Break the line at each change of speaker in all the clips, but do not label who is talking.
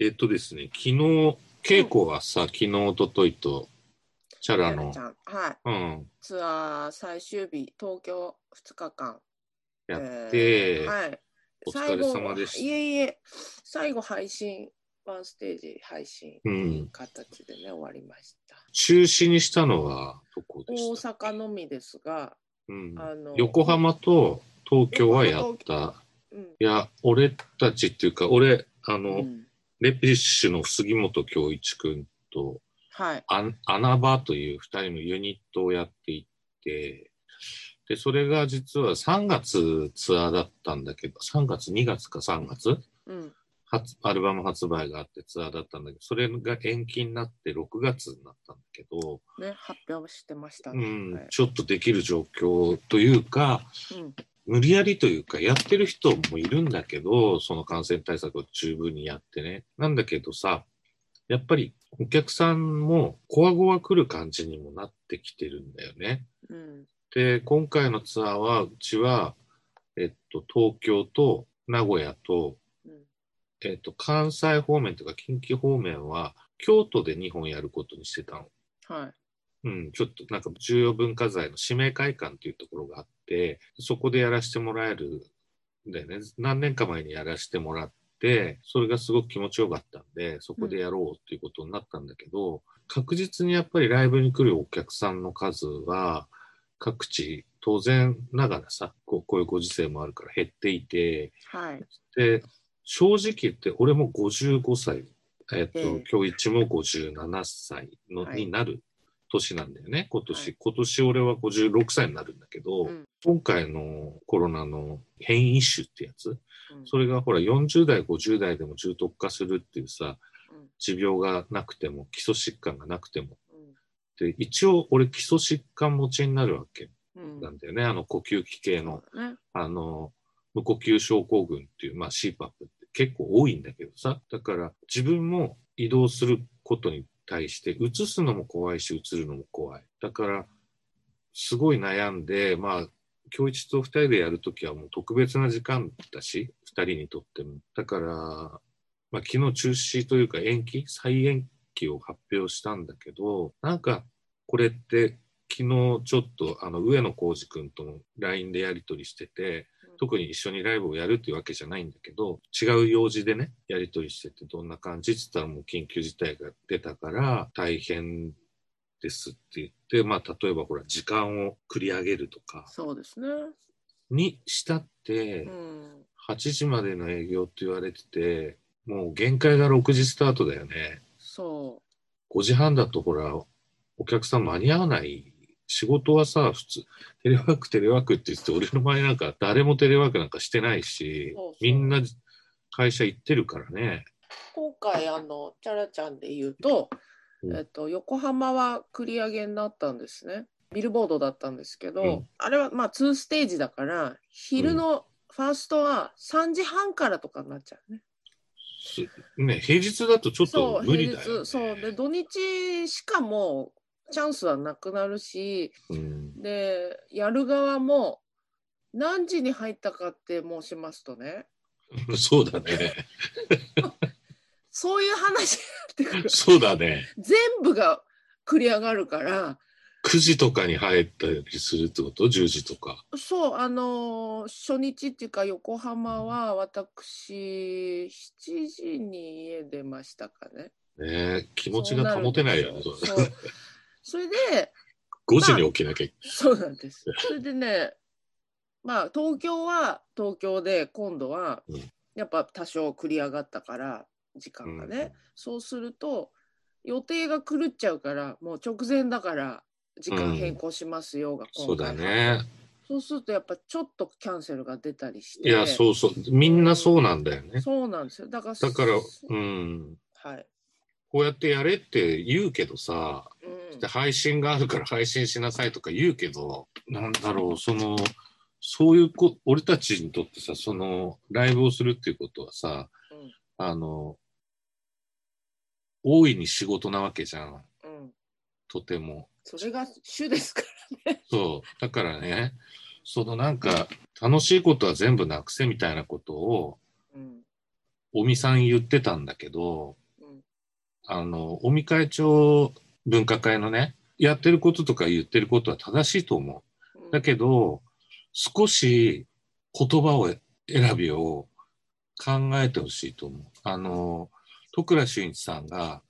えっとですね、昨日、稽古がさ、昨日、一昨日と、チャラの
ち、ゃん、はい、
うん、
ツアー最終日、東京2日間。
やって、
はい。
お疲れ様でした
最後いえいえ、最後配信、ワンステージ配信、
うん
形でね、終わりました。
中止にしたのはどこで
大
した、
阪のみですが、
うん、
あの
横浜と東京はやった。
うん。
いや、俺たちっていうか、俺、あの、
うん
レピッシュの杉本恭一君と、
はい。
アン穴場という2人のユニットをやっていて、で、それが実は3月ツアーだったんだけど、3月、2月か3月
うん。
発アルバム発売があってツアーだったんだけど、それが延期になって6月になったんだけど、
ね、発表してました
う
ね。
ん、
はい
ちょっとできる状況というか、
うん
無理やりというか、やってる人もいるんだけど、その感染対策を十分にやってね。なんだけどさ、やっぱりお客さんも、こわごわ来る感じにもなってきてるんだよね。
うん。
で、今回のツアーは、うちは、えっと、東京と名古屋と、
うん。
えっと、関西方面とか近畿方面は、京都で2本やることにしてたの。
はい。
うん、ちょっとなんか重要文化財の指名会館というところがあって、そこでやらせてもらえるんだよね。何年か前にやらせてもらって、それがすごく気持ちよかったんで、そこでやろうっていうことになったんだけど、確実にやっぱりライブに来るお客さんの数は、各地、当然ながらさ、こうこういうご時世もあるから減っていて、
はい。
で、正直言って、俺も55歳、えっと、
ええ
今日一も57歳の、
はい
になる年なんだよね、今年。
はい
今年俺は56歳になるんだけど、
うん
今回のコロナの変異種ってやつ、
うん
それがほら40代、50代でも重篤化するっていうさ、
うん
持病がなくても、基礎疾患がなくても。
うん
で、一応俺基礎疾患持ちになるわけ
うん
なんだよね、あの呼吸器系の。
そうだね。
あの、無呼吸症候群っていう、まあ CPAP って結構多いんだけどさ。だから自分も移動することに対して、移すのも怖いし、移るのも怖い。だから、すごい悩んで、まあ、教一と二人でやるときはもう特別な時間だし、二人にとっても。だから、まあ昨日中止というか延期、再延期を発表したんだけど、なんかこれって昨日ちょっとあの上野浩二君とも LINE でやり取りしてて
うん、
特に一緒にライブをやるっていうわけじゃないんだけど、違う用事でね、やり取りしてて、どんな感じって言ったらもう緊急事態が出たから大変ですって言って、まあ例えばほら時間を繰り上げるとか
そうですね。
にしたって
う、ん。
8時までの営業って言われてて、もう限界が6時スタートだよね。
そ
5時半だとほら、お客さん間に合わない。仕事はさ、普通、テレワーク、テレワークって言って、俺の前なんか誰もテレワークなんかしてないし
そうそう、
みんな会社行ってるからね。
う。今回、あの、チャラちゃんで言うと、
うん
えっと、横浜は繰り上げになったんですね。ビルボードだったんですけど、
うん
あれはまあ2ステージだから、昼のファーストは3時半からとかになっちゃうね。
すね、平日だとちょっ
そ
と
う、
無理
平
だよ、ね。
日、そう。で、土日しかもうチャンスはなくなるし、
うん
で、やる側も何時に入ったかって申しますとね、
そうだね。
そういう話になってくる。
そうだね。
全部が繰り上がるから、
9時とかに入ったりするってこと ?10 時とか。
そう、あのー初日っていうか横浜は私、7時に家出ましたかね。
ね気持ちが保てないよね。
そうなるんですよそうそれで、
5時に起きなきゃ。
そうな んです。それでね、まあ東京は東京で今度は
うん
やっぱ多少繰り上がったから時間がね、
うん
そうすると予定が狂っちゃうからもう直前だから時間変更しますよが
そう
今
だ
回、
ね。
そうするとやっぱちょっとキャンセルが出たりして
いや、そうそう。みんなそうなんだよね。
そうなんですよだから
だから、う
は
ん、
い、
こうやってやれって言うけどさ、
うん
で配信があるから配信しなさいとか言うけど、なんだろう、その、そういうこ、俺たちにとってさ、その、ライブをするっていうことはさ、
うん
あの、大いに仕事なわけじゃん、
うん、
とても。
それが主ですから
そう、だからね、そのなんか、楽しいことは全部なくせみたいなことを、
うん
尾身さん言ってたんだけど、
うん
あの、尾身会長分科会のね、やってることとか言ってることは正しいと思
うん
う。だけど、少し言葉を選びを考えてほしいと思う。あの、戸倉俊一さんが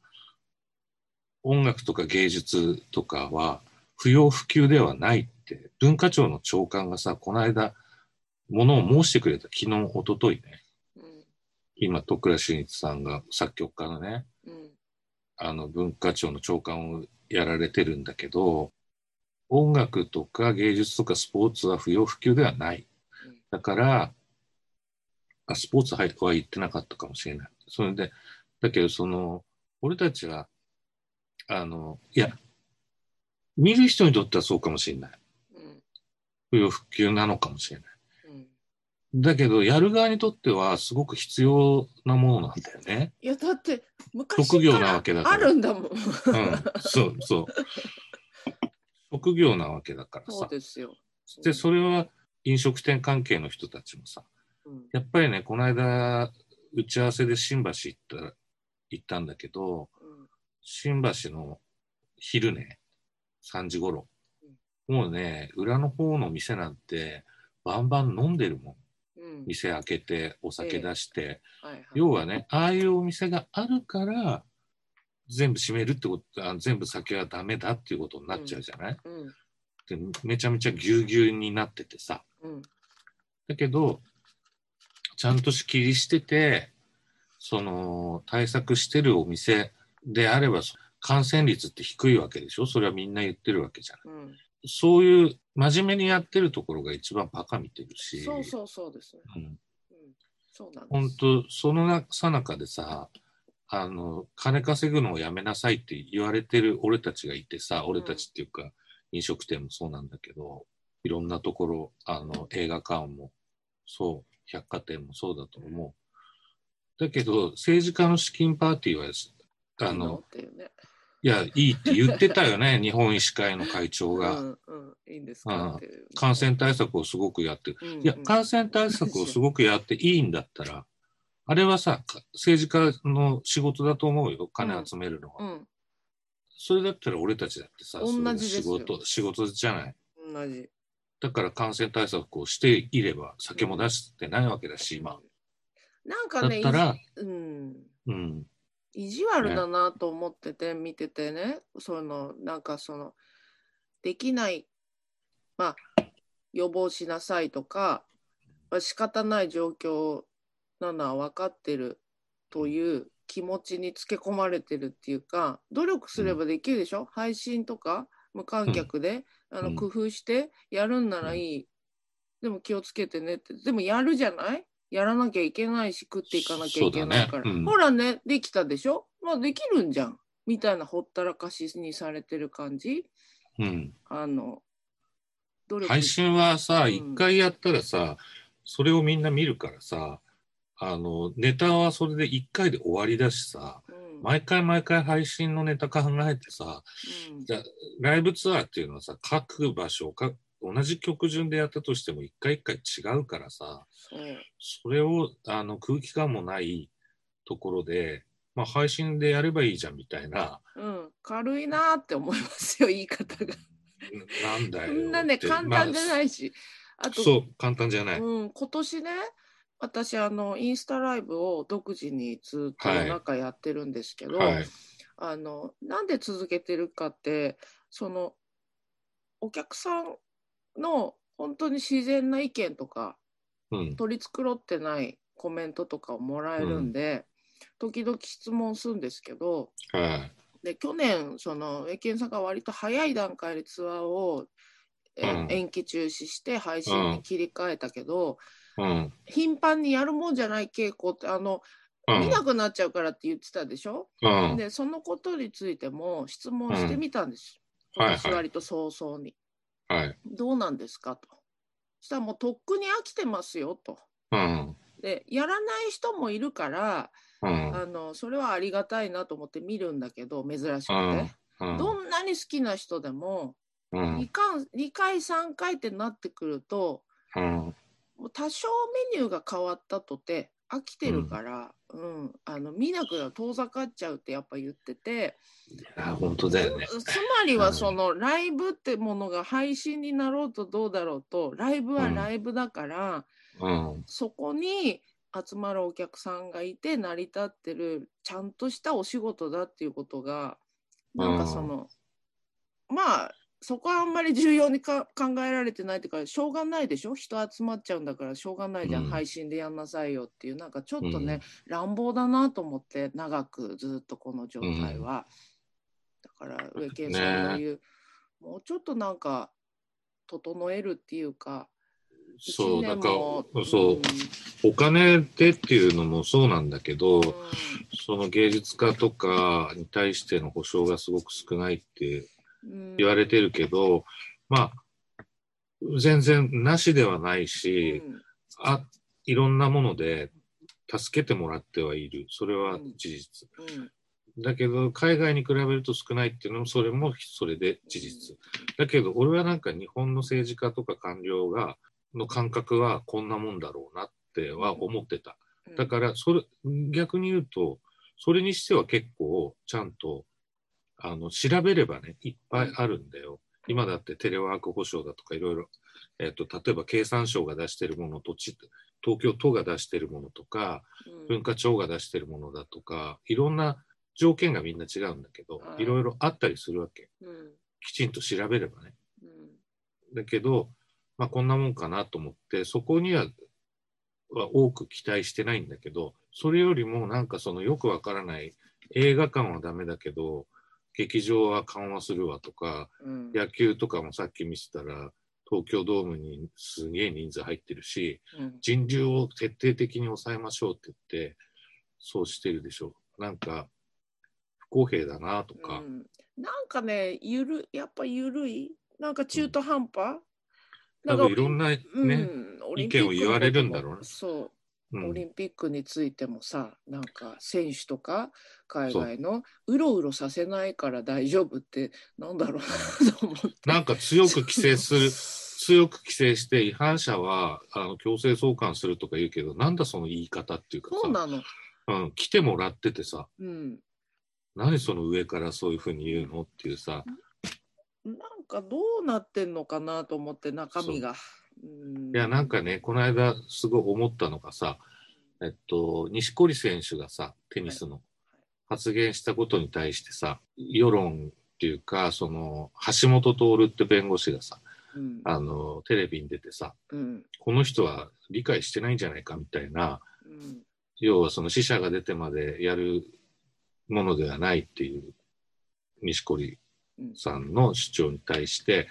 音楽とか芸術とかは不要不急ではないって、文化庁の長官がさ、この間、ものを申してくれた、昨日、一昨日ね。
うん
今、徳倉俊一さんが作曲家のね、
うん
あの文化庁の長官をやられてるんだけど、音楽とか芸術とかスポーツは不要不急ではない
うん。
だから、あスポーツはは言ってなかったかもしれない。それで、だけどその、俺たちは、あの、いや、見る人にとってはそうかもしれない。
うん
不要不急なのかもしれない。
うん
だけど、やる側にとってはすごく必要なものなんだよね。
いやだって昔
職業
か
な
ら
わけだから
あるんだもん。
うんそうそう。職業なわけだから
そう
さ。
ですよ。
で、それは飲食店関係の人たちもさ、
うん
やっぱりね、この間、打ち合わせで新橋行った、行ったんだけど、
うん
新橋の昼ね、3時頃
うん、
もうね、裏の方の店なんて、バンバン飲んでるもん。
うん
店開けて、お酒出して、
はいはい
要はね、ああいうお店があるから、全部閉めるってこと、あ全部酒はダメだっていうことになっちゃうじゃない、
うん
でめちゃめちゃぎゅうぎゅうになっててさ。
うん
だけど、ちゃんと仕切りしてて、その、対策してるお店であれば、そ感染率って低いわけでしょそれはみんな言ってるわけじゃない。
うん
そういう、真面目にやってるところが一番バカ見てるし。
そうそうそうですね。
うん
うんそうなんで
本
す。
当そのなさなかでさあの金稼ぐのをやめなさいって言われてる俺たちがいてさ俺たちっていうか、飲食店もそうなんだけどいろんなところあの映画館もそう百貨店もそうだと思うだけど政治家の資金パーティーはあ
いい
の
っていうね。
いやいいって言ってたよね日本医師会の会長が、
うんうんいいんですかっていうね
感染対策をすごくやってる
うんうん
いや、感染対策をすごくやっていいんだったら、あれはさ、か政治家の仕事だと思うよ、金集めるのは。
うん
それだったら俺たちだってさ、
同じです
それ
よ
が仕事、仕事じゃない。
同じ。
だから感染対策をしていれば、酒も出してないわけだし、今。
なん
だ
か
っ
ね、
たら、
いじうん、
うん、
意地悪だなと思ってて、見ててね、その、なんかその、できない、まあ、予防しなさいとか、まあ、仕方ない状況なのは分かってるという気持ちにつけ込まれてるっていうか、努力すればできるでしょ、配信とか無観客で、あ
う
の
ん
工夫してやるんならいい、でも気をつけてねって、でもやるじゃないやらなきゃいけないし、食っていかなきゃいけないか
そう
ら。
だねうん
ほらね、できたでしょまあできるんじゃん。みたいなほったらかしにされてる感じ。
うん。
あの、努力
配信はさ、
うん
一、回やったらさ、それをみんな見るからさ、あの、ネタはそれで一回で終わりだしさ、
うん
毎回毎回配信のネタ考えてさ、
うん
じゃあライブツアーっていうのはさ各場所か同じ曲順でやったとしても一回一回違うからさ
そう
それをあの空気感もないところで、まあ、配信でやればいいじゃんみたいな
うん、軽いなーって思いますよ、言い方が。
ななんだよ
そんなね、
って
簡単じゃな
ま
いし。あ
あ、
と、
そう簡単じゃない、
うん、今年ね、私、あの、インスタライブを独自にずっと
はい
中やってるんですけど、
はい
あの、なんで続けてるかって、その、お客さんの本当に自然な意見とか、
うん
取り繕ってないコメントとかをもらえるんで、時々質問するんですけど、
はい
で去年そのエケンさんが割と早い段階でツアーを、えー
うん
延期中止して配信に切り替えたけど、
うん
頻繁にやるもんじゃない傾向ってあの、
う
見
ん
なくなっちゃうからって言ってたでしょ、
うん
でそのことについても質問してみたんです、
うんはいはい
今年割と早々に、
はい
どうなんですかとそしたらもうとっくに飽きてますよと
うん
でやらない人もいるから
うん
あのそれはありがたいなと思って見るんだけど珍しくて。
うん
どんなに好きな人でも
うん
2回 ,2 回3回ってなってくると
うん
もう多少メニューが変わったとて飽きてるから、うんあの見なくなる遠ざかっちゃうってやっぱ言ってて
あ本当だよね。
つまりはそのライブってものが配信になろうとどうだろうとライブはライブだから、
うん。
そこに集まるお客さんがいて成り立ってるちゃんとしたお仕事だっていうことがなんかそのまあそこはあんまり重要にか考えられてないっていうかしょうがないでしょ人集まっちゃうんだからしょうがないじゃん、
うん
配信でやんなさいよっていうなんかちょっとね、乱暴だなと思って長くずっとこの状態は、だから上健さんの言う、もうちょっとなんか整えるっていうか
うん、そう、
一
だ
年
か
も
ら、そう、お金でっていうのもそうなんだけど、その芸術家とかに対しての保障がすごく少ないって言われてるけど、まあ、全然なしではないし、あいろんなもので助けてもらってはいるそれは事実、だけど海外に比べると少ないっていうのもそれもそれで事実、だけど俺はなんか日本の政治家とか官僚がの感覚はこんなもんだろうなっては思ってた、だからそれ逆に言うとそれにしては結構ちゃんとあの調べればねいっぱいあるんだよ、今だってテレワーク保障だとかいろいろ、えっと例えば経産省が出してるものとち東京都が出してるものとか文化庁が出してるものだとかいろんな条件がみんな違うんだけど
はい
いろいろあったりするわけきちんと調べればねだけど、まあ、こんなもんかなと思ってそこにはは多く期待してないんだけどそれよりもなんかそのよくわからない映画館はダメだけど劇場は緩和するわとか野球とかもさっき見せたら東京ドームにすげえ人数入ってるし人流を徹底的に抑えましょうって言ってそうしてるでしょなんか不公平だなとか、
なんかねゆるやっぱゆるいなんか中途半端、
多分いろんなね、
うん、オリンピック
意見を言われるんだろうね
そうう、オリ
ん
ンピックについてもさ、なんか選手とか海外のうろうろさせないから大丈夫ってなんだろうなと思って。
なんか強く規制する
そ
強く規制して違反者はあの強制送還するとか言うけどなんだその言い方っていうか
う
さ、
なの。
うん、来てもらっててさ
うん。
何その上からそういうふうに言うのっていうさ
なんかどうなってんのかなと思って中身が。うん
いやなんかねこの間すごい思ったのがさえっと錦織選手がさテニスの発言したことに対してさ世論っていうかその橋本徹って弁護士がさ
うん。
あのテレビに出てさ
うん。
この人は理解してないんじゃないかみたいな
うん。
要はその死者が出てまでやるものではないっていう錦織
うん。
さんの主張に対して、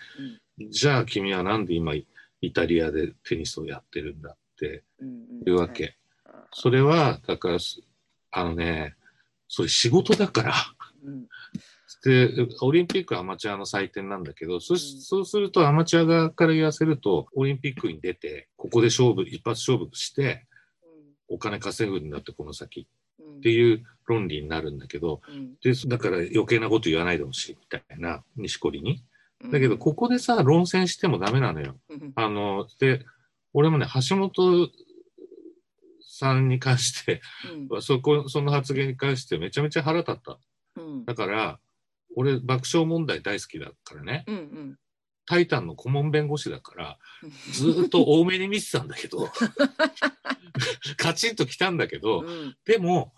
じゃあ君はなんで今イタリアでテニスをやってるんだって
うん。
いうわけ、
はい。
それはだからすあのねそれ仕事だから
うん。
でオリンピックはアマチュアの祭典なんだけどそ,、
うん
そうするとアマチュア側から言わせるとオリンピックに出てここで勝負一発勝負してお金稼ぐんだってこの先
うん。
っていう論理になるんだけど
うん。
でだから余計なこと言わないでほしいみたいな錦織に
うん。
だけどここでさ論戦してもダメなのよ
うん。
あので俺もね橋本さんに関して
うん。
そこその発言に関してめちゃめちゃ腹立った
うん。
だから俺爆笑問題大好きだからね
うんうん。
「タイタン」の顧問弁護士だ からずーっと多めに見てたんだけどカチンと来たんだけど、
うん。
でも、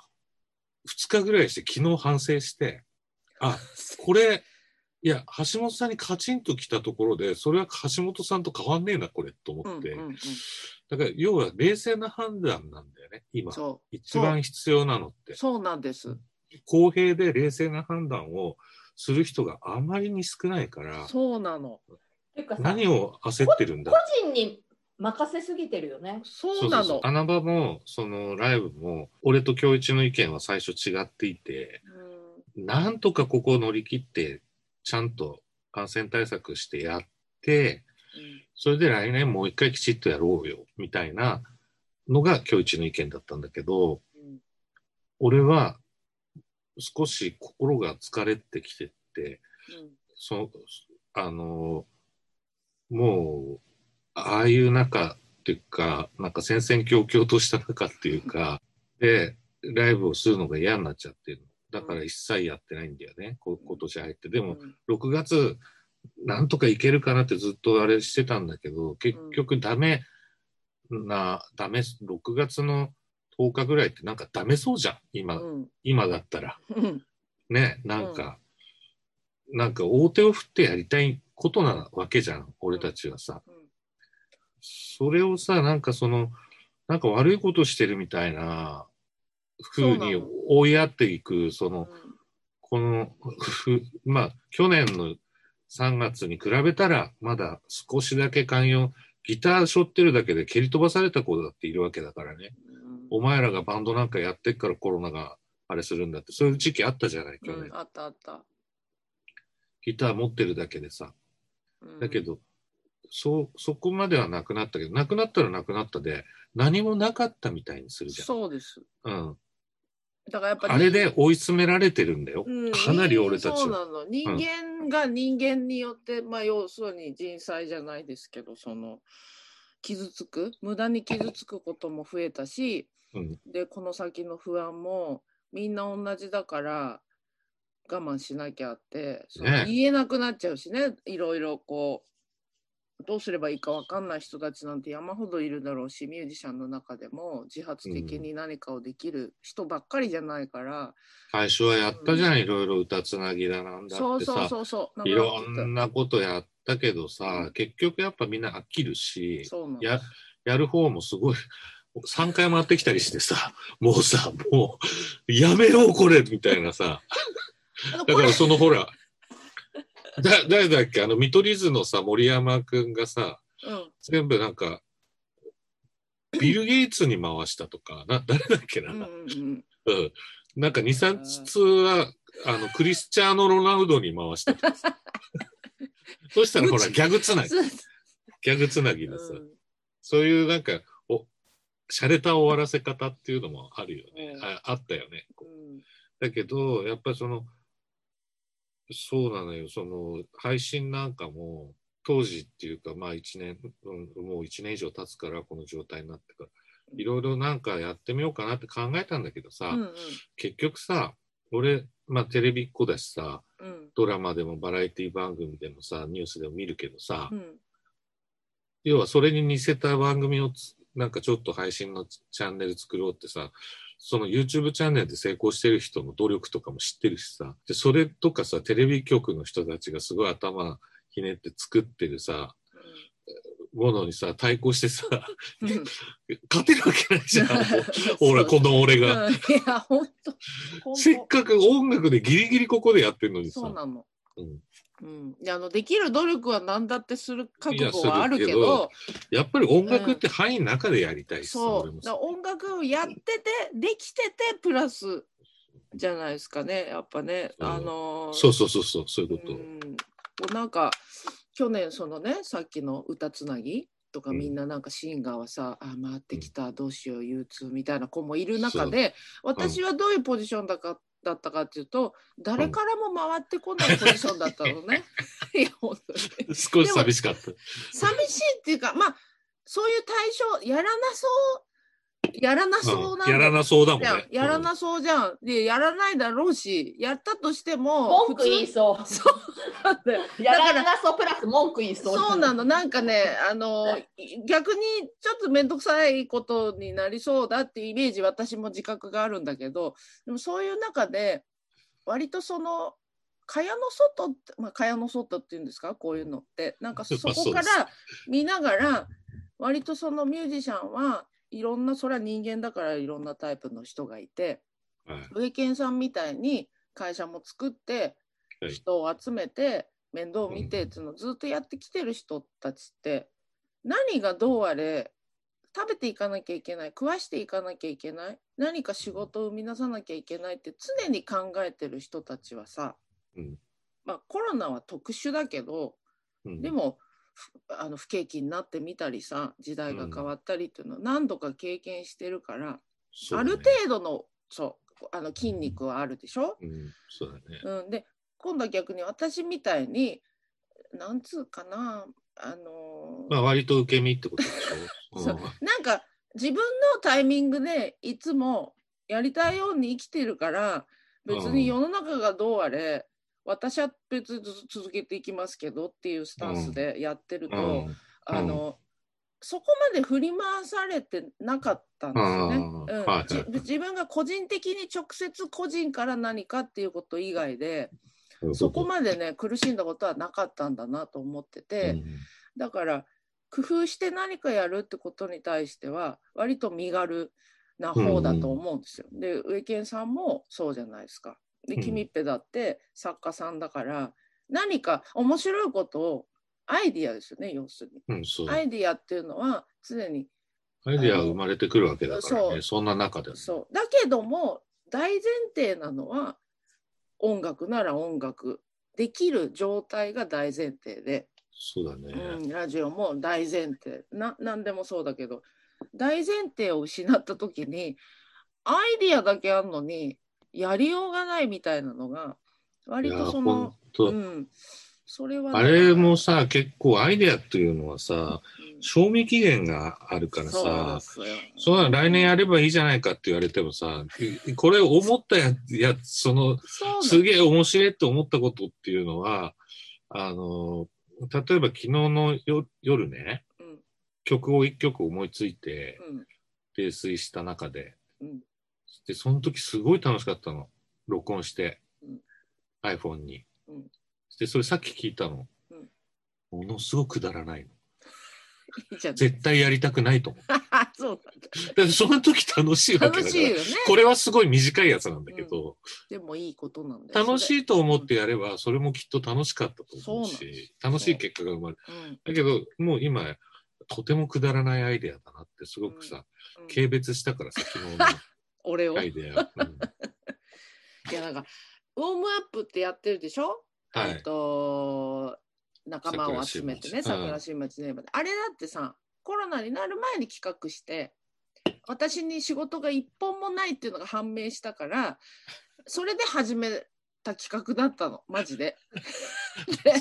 2日ぐらいして昨日反省して、 あ、これ、いや、橋本さんにカチンと来たところで、それは橋本さんと変わんねえな、これ、と
う
思
ん
って。
うんうん
だから、要は冷静な判断なんだよね、今。
そ
一番必要なのって
う。そうなんです。
公平で冷静な判断をする人があまりに少ないから、
そうなの。
ていうかさ、
何を焦ってるんだ
個人に任せすぎてるよね。
そうな
そう
の。
穴場も、そのライブも、俺と京一の意見は最初違っていて、なんとかここを乗り切って、ちゃんと感染対策してやって、それで来年もう一回きちっとやろうよ、みたいなのが今日一の意見だったんだけど、
うん
俺は少し心が疲れてきてって、そあの、もう、ああいう中っていうか、なんか戦々恐々とした中っていう か、で、ライブをするのが嫌になっちゃってる。だから一切やってないんだよね、こ今年入って。でも、
うん
6月、なんとかいけるかなってずっとあれしてたんだけど、結局ダメな、ダメ、6月の10日ぐらいってなんかダメそうじゃん、今、
うん
今だったら。
うん
ね、なんか、なんか大手を振ってやりたいことなわけじゃん、俺たちはさ。
うん
それをさ、なんかその、なんか悪いことしてるみたいな、ふうに
そうなの
追いやっていく、その、
うん
この、ふまあ、去年の3月に比べたら、まだ少しだけ寛容、ギター背負ってるだけで蹴り飛ばされた子だっているわけだからね。お前らがバンドなんかやってっからコロナがあれするんだって、そういう時期あったじゃない、去
う
年
ん。あったあった。
ギター持ってるだけでさ。
うん
だけど、そう、そこまではなくなったけど、なくなったらなくなったで、何もなかったみたいにするじゃん。
そうです。
うん。
だからやっぱり
あれで追い詰められてるんだよ。
うん
かなり俺たちは
そうなの人間が人間によって、まあ要するに人災じゃないですけどその傷つく無駄に傷つくことも増えたし、
うん
でこの先の不安もみんな同じだから我慢しなきゃって、その
ね
言えなくなっちゃうしねいろいろこうどうすればいいか分かんない人たちなんて山ほどいるだろうしミュージシャンの中でも自発的に何かをできる人ばっかりじゃないから。
最初はやったじゃん、いろいろ歌つなぎだなんだ
そ
っ
う
て
そう
さ、
そうそう。
いろん
な
なことやったけど
う
さ、結局やっぱみんな飽きるし
く、そうなの
や、やる方もすごい、3回回ってきたりしてさ、もうさ、もう、やめようこれみたいなさ。
あ
だ
のこ
か
れ
らそのほ ら、だ、誰だっけあの、見取り図のさ、森山くんがさ、
うん
全部なんか、ビル・ゲイツに回したとか、な、誰だっけな、
う
うんん、
うん
なんか2、3通は、あの、クリスチャーノ・ロナウドに回したとか さそしたらほら、ギャグつ
う。
なん ぎ、
そう
ギャグつなぎでさ、そういうなんか、お、洒落た終わらせ方っていうのもあるよね。
うん
ああったよね。
うん
だけど、やっぱりその、そうなのよ、その、配信なんかも、当時っていうか、まあ一年、うんもう一年以上経つから、この状態になってから、いろいろなんかやってみようかなって考えたんだけどさ、
うんうん
結局さ、俺、まあテレビっ子だしさ、
うん
ドラマでもバラエティ番組でもさ、ニュースでも見るけどさ、
うん
要はそれに似せた番組をつなんかちょっと配信のチチャンネル作ろうってさ、その YouTube チャンネルで成功してる人の努力とかも知ってるしさ、で、それとかさ、テレビ局の人たちがすごい頭ひねって作ってるさ、ものにさ、対抗してさ、
うんうん
勝てるわけないじ ゃん。もうほら、この俺が。
うんいや本当
せっかく音楽でギリギリここでやってるのにさ
そ、うなの。
うん
うん、いやあのできる努力は何だってする覚悟
いやする
はあるけ
け
ど
どやっぱり音楽って範囲の中でやりたいしさ、
そ
俺
う
も
だか
さ
ら音楽をやっててできててプラスじゃないですかねやっぱね、
うん
あのー
そうそうそうそう、そういうこ
う
と。
ん、もうなんか去年そのねさっきの歌つなぎとか
うん
みんななんかシンガーはさ、あ回ってきたどうしよう憂鬱みたいな子もいる中で、私はどういうポジションだかだったかっていうと誰からも回ってこないポジションだったのね。 いや本当に
少し寂しかった。
寂しいっていうかまあそういう対象やらなそうやらなそうなん
や
だ
らなそうだもん
じゃん
ね。
やらなそうじゃん。でやらないだろうしやったとしても
文句言いそ
普通なんだよ
う。やらなそうプラス文句言いそう。
そうなのなんかねあの逆にちょっと面倒くさいことになりそうだってイメージ私も自覚があるんだけどでもそういう中で割とその蚊帳の外って、まあ、蚊帳の外っていうんですかこういうのってなんかそこか
まあそう
ら見ながら割とそのミュージシャンはいろんなそれは人間だからいろんなタイプの人がいて。
うん。はい
ウエケンさんみたいに会社も作って
はい
人を集めて面倒を見てっていうのをずっとやってきてる人たちって何がどうあれ食べていかなきゃいけない食わしていかなきゃいけない何か仕事を生み出さなきゃいけないって常に考えてる人たちはさ、
うん
まあコロナは特殊だけど
うん
でもふあの不景気になってみたりさ時代が変わったりっていうのを何度か経験してるから、
そう
あ
だね
る程度のそうあの筋肉はあるでしょ、
うん、そうだね。
うん、で今度は逆に私みたいになんつうかなあの
まあ割と受け身ってことでしょ。
そうなんか自分のタイミングでいつもやりたいように生きてるから別に世の中がどうあれ、私は別に続けていきますけどっていうスタンスでやってると、
うんうん
あの、そこまで振り回されてなかったんですよね。
あー
うん
はい
じ自分が個人的に直接個人から何かっていうこと以外でそこまでね苦しんだことはなかったんだなと思ってて、
うん
だから工夫して何かやるってことに対しては割と身軽な方だと思うんですよ。で植木さんもそうじゃないですか。で
うん
君っぺだって作家さんだから何か面白いことをアイディアですよね要するに。
うん、そう。
アイディアっていうのは常に
アイデアが生まれてくるわけだから
そ
ね。
う
そんな中でも。
そうだけども大前提なのは音楽なら音楽できる状態が大前提で、
そうだね。
うん、ラジオも大前提な何でもそうだけど大前提を失った時にアイディアだけあんのにやりようがないみたいなのが
い
割
や、
とそ
ほん
の、う
と。
ん、それはね
あれもさ、結構アイデアっていうのはさ、
うん
賞味期限があるから
そう
さ
で、すよ
そうなの来年やればいいじゃないかって言われてもさ、いこれ思ったやつ、やつその、
そうなんです
すげえ面白いって思ったことっていうのは、あの、例えば昨日のよ夜ね、
うん
曲を一曲思いついて、
うん
泥酔した中で、
うん
で、その時すごい楽しかったの。録音して、
うん
iPhone に
うん。
で、それさっき聞いたの。
うん
ものすごくくだらないの。
いいじゃん
絶対やりたくないと思
そう
う。で、その時楽しいわけだか
楽
ら。
しいよね
これはすごい短いやつなんだけど、
でもいいことなんだよ
楽し
い、
いと思ってやれば、それもきっと楽しかったと思う
そうなんで
し、
す
楽しい結果が生まれる。
それうん
だけど、もう今、とてもくだらないアイデアだなって、すごくさ、
うん
軽蔑したからさ、昨日
俺を、
のア
い、
イデ ア。うん
やなんかウォームアップってやってるでしょ、
は
えっ
い。
と仲間を集めてね
桜
桜
新
新町ネームで、あれだってさコロナになる前に企画して私に仕事が一本もないっていうのが判明したからそれで始めた企画だったのマジで。で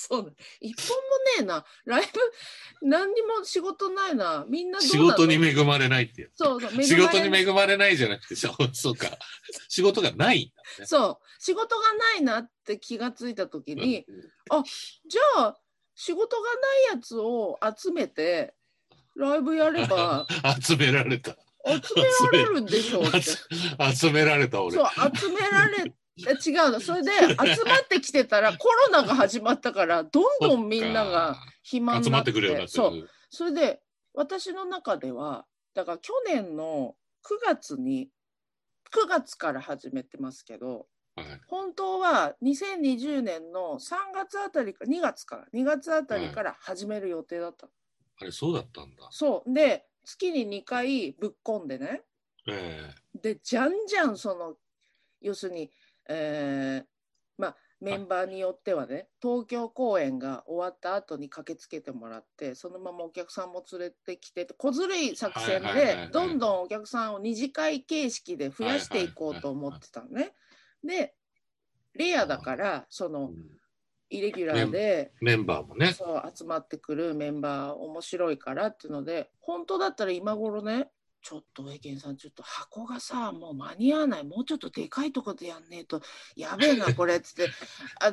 そうなの一本もねえなライブ何にも仕事ないなみんなどう
仕
なの
事に恵まれないっていう。
そうそう
仕事に
恵まれ
恵まれないじゃなくて、そうそうか。仕事がないんだね。
そう仕事がないなって気がついた時にじゃあ仕事がないやつを集めてライブやれ ば
集められた。
集められるんでしょうって。
集集められた俺。
そう集められ違うのそれで集まってきてた らコロナが始まったからどんどんみんなが暇
集
に
ま
な
っ
って
てくるようになって
そう
る。
それで私の中ではだから去年の9月に9月から始めてますけど
はい
本当は2020年の3月あたりか2月か2月あたりから始める予定だった、
あれ、そうだったんだ。
そうで月に2回ぶっ込んでね
え
でじゃんじゃんその要するに、えーまあメンバーによってはね、東京公演が終わった後に駆けつけてもらってそのままお客さんも連れてきて小ずるい作戦
はいはいはいは
で
い
どんどんお客さんを二次会形式で増やしていこうと思ってたのね。でレアだからそ
え
のイレギュラーで
メンバーもね。
そう集まってくるメンバー面白いからっていうので本当だったら今頃ねちょっと植ンさんちょっと箱がさもう間に合わないもうちょっとでかいとこでやんねえとやべえなこれっつって あ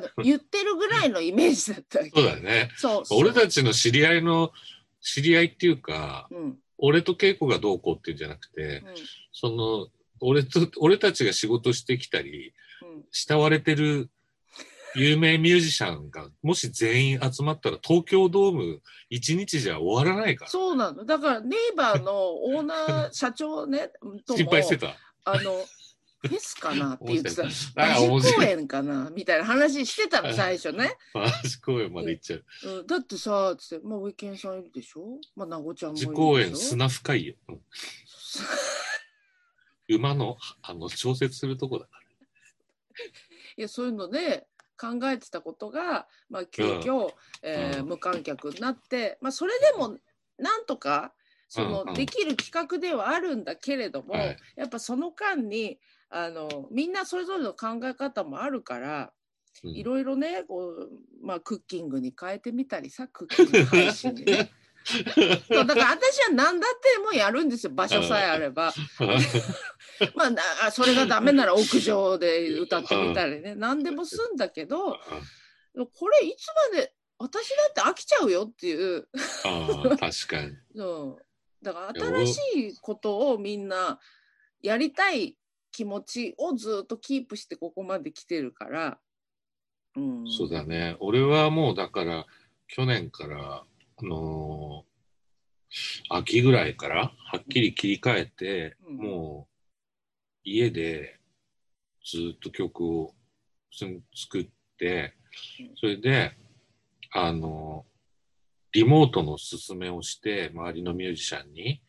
の言ってるぐらいのイメージだったわけ
そうだね。
そうそう
俺たちの知り合いの、知り合いっていうか、
うんうん
俺と稽古がどうこうっていうんじゃなくて、その、俺と、俺たちが仕事してきたり、
うん
慕われてる有名ミュージシャンが、もし全員集まったら東京ドーム1日じゃ終わらないから。
そうなのだからネイバーのオーナー社長ねとも
心配してた。
あのフェスかなって言ってた
面
ラ
あ、
ジ
面
公
白い。
演かなみたいな話してたの最初ね
ラジ公演まで行っちゃう。
うんだってさ、つって、まあ、ウィケンさんいるでしょまあ、なごちゃんもい
自
るでしょ
公演砂深いよ。うん馬の、あの、調節するとこだか
いや、そういうので、考えてたことが、まあ、急遽、えー
うん
無観客になって、まあ、それでも、なんとか、その、
うんうん
できる企画ではあるんだけれども、
はい
やっぱその間に、あの、みんなそれぞれの考え方もあるから、
うん
いろいろね、こう、まあ、クッキングに変えてみたりさ、クッキング配信で ね。そうだから私は何だってもうやるんですよ、場所さえあれば。まあな、あそれがダメなら屋上で歌ってみたりね、何でもすんだけど、これいつまで、私だって飽きちゃうよっていう。
ああ、確かに。
そうだから
いや俺
新しいことをみんなやりたい気持ちをずっとキープしてここまで来てるから、うん、
そうだね。俺はもうだから、去年から、あのー秋ぐらいから、はっきり切り替えて、
うん
もう、家でずっと曲をす作って
うん、
それで、あのーリモートの勧めをして、周りのミュージシャンに、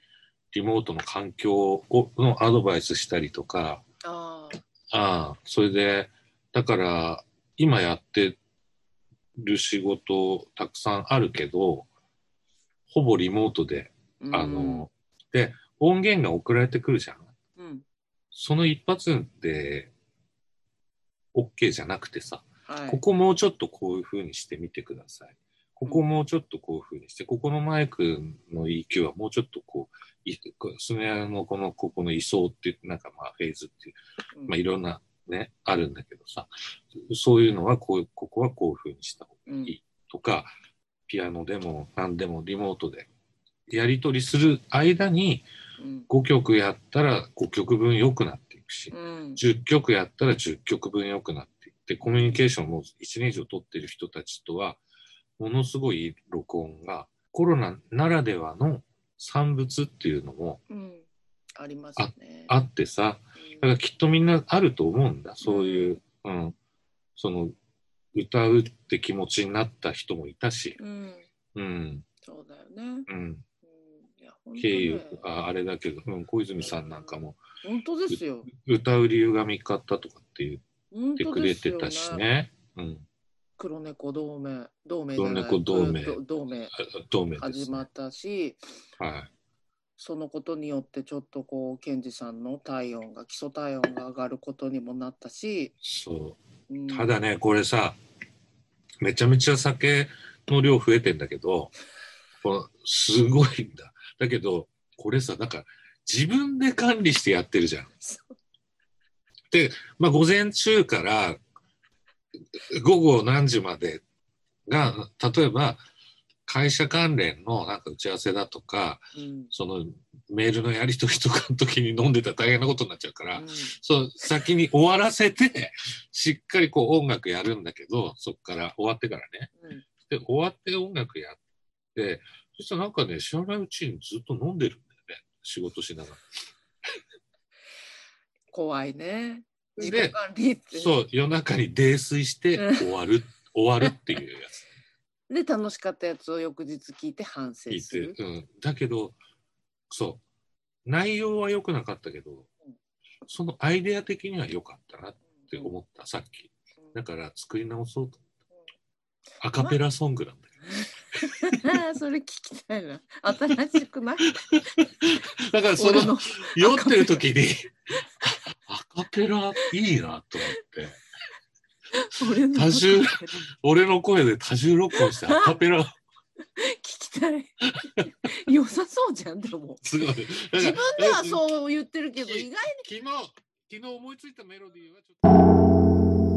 リモートの環境をのアドバイスしたりとか、
あー
ああ、それで、だから、今やってる仕事たくさんあるけど、ほぼリモートで、
うん
あの、で、音源が送られてくるじゃん。
うん
その一発って、OK じゃなくてさ、
はい、
ここもうちょっとこういう風にしてみてください。ここもうちょっとこういう風にして、ここのマイクの EQ はもうちょっとこう、いスネアのこの、ここの位相っていう、なんかまあフェーズっていう
うん
まあ、いろんなね、あるんだけどさ、そういうのはこう、ここはこういう風にした方が
うん
いいとか、ピアノでも何でもリモートでやり取りする間に
うん
5曲やったら5曲分良くなっていくし、
うん
10曲やったら10曲分良くなっていって、コミュニケーションも1年以上取ってる人たちとは、ものすごい録音がコロナならではの産物っていうのも
うんありますね。
あってさ、だからきっとみんなあると思うんだ。そういう、うん、その、歌うって気持ちになった人もいたし、
うん、う
う
ん、
ん、
そうだよね。うん
うん、
いや本当
経由
ね、
ああれだけど、うん、小泉さんなんかも、
本当ですよ。
歌う理由が見つかったとかって言
本
って
当
く
で
れ
す
て
よ
たし。ね、うん、
黒猫同盟、同盟じゃない
黒猫同盟
ど同盟
あ同盟です、ね。
始まったし、
はい。
そのことによってちょっとこう健二さんの体温が基礎体温が上がることにもなったし、
そ
うん
う。ただね、これさ、めちゃめちゃ酒の量増えてんだけど、このすごいんだ。だけど、これさ、なんか、自分で管理してやってるじゃん。
そう
まあ、午前中から午後何時までが、例えば会社関連のなんか打ち合わせだとか、
うん
そのメールのやり取りとかの時に飲んでたら大変なことになっちゃうから、そう、先に終わらせて、 しっかりこう音楽やるんだけど、そっから終わってからね。
うん
で、終わって音楽やって、そしたらなんかね、知らないうちにずっと飲んでるんだよね。仕事しながら。
怖いね。
で
自己管理って。
そう、夜中に泥酔して
うん
終わ る、終わるっていうやつ。
で楽しかったやつを翌日聞いて反省す
聞い
る。
て、うん、だけどそう内容は良くなかったけど
うん
そのアイデア的には良かったなっ
う
て
ん
思ったさっき
うん
だから作り直そうとアカペラソングなんだけ
それ聞きたいな。新しくない？
どだからそ
俺
の
の
酔ってる時に アカペラいいなと思って
俺の
多重
聞
俺の声で多重録音してアカペラ
きたい。 良さそうじゃんでも。
すごいだ
自
か
分
ら
ではそう言ってるけど意外
昨日昨日思いついたメロディーはちょっと。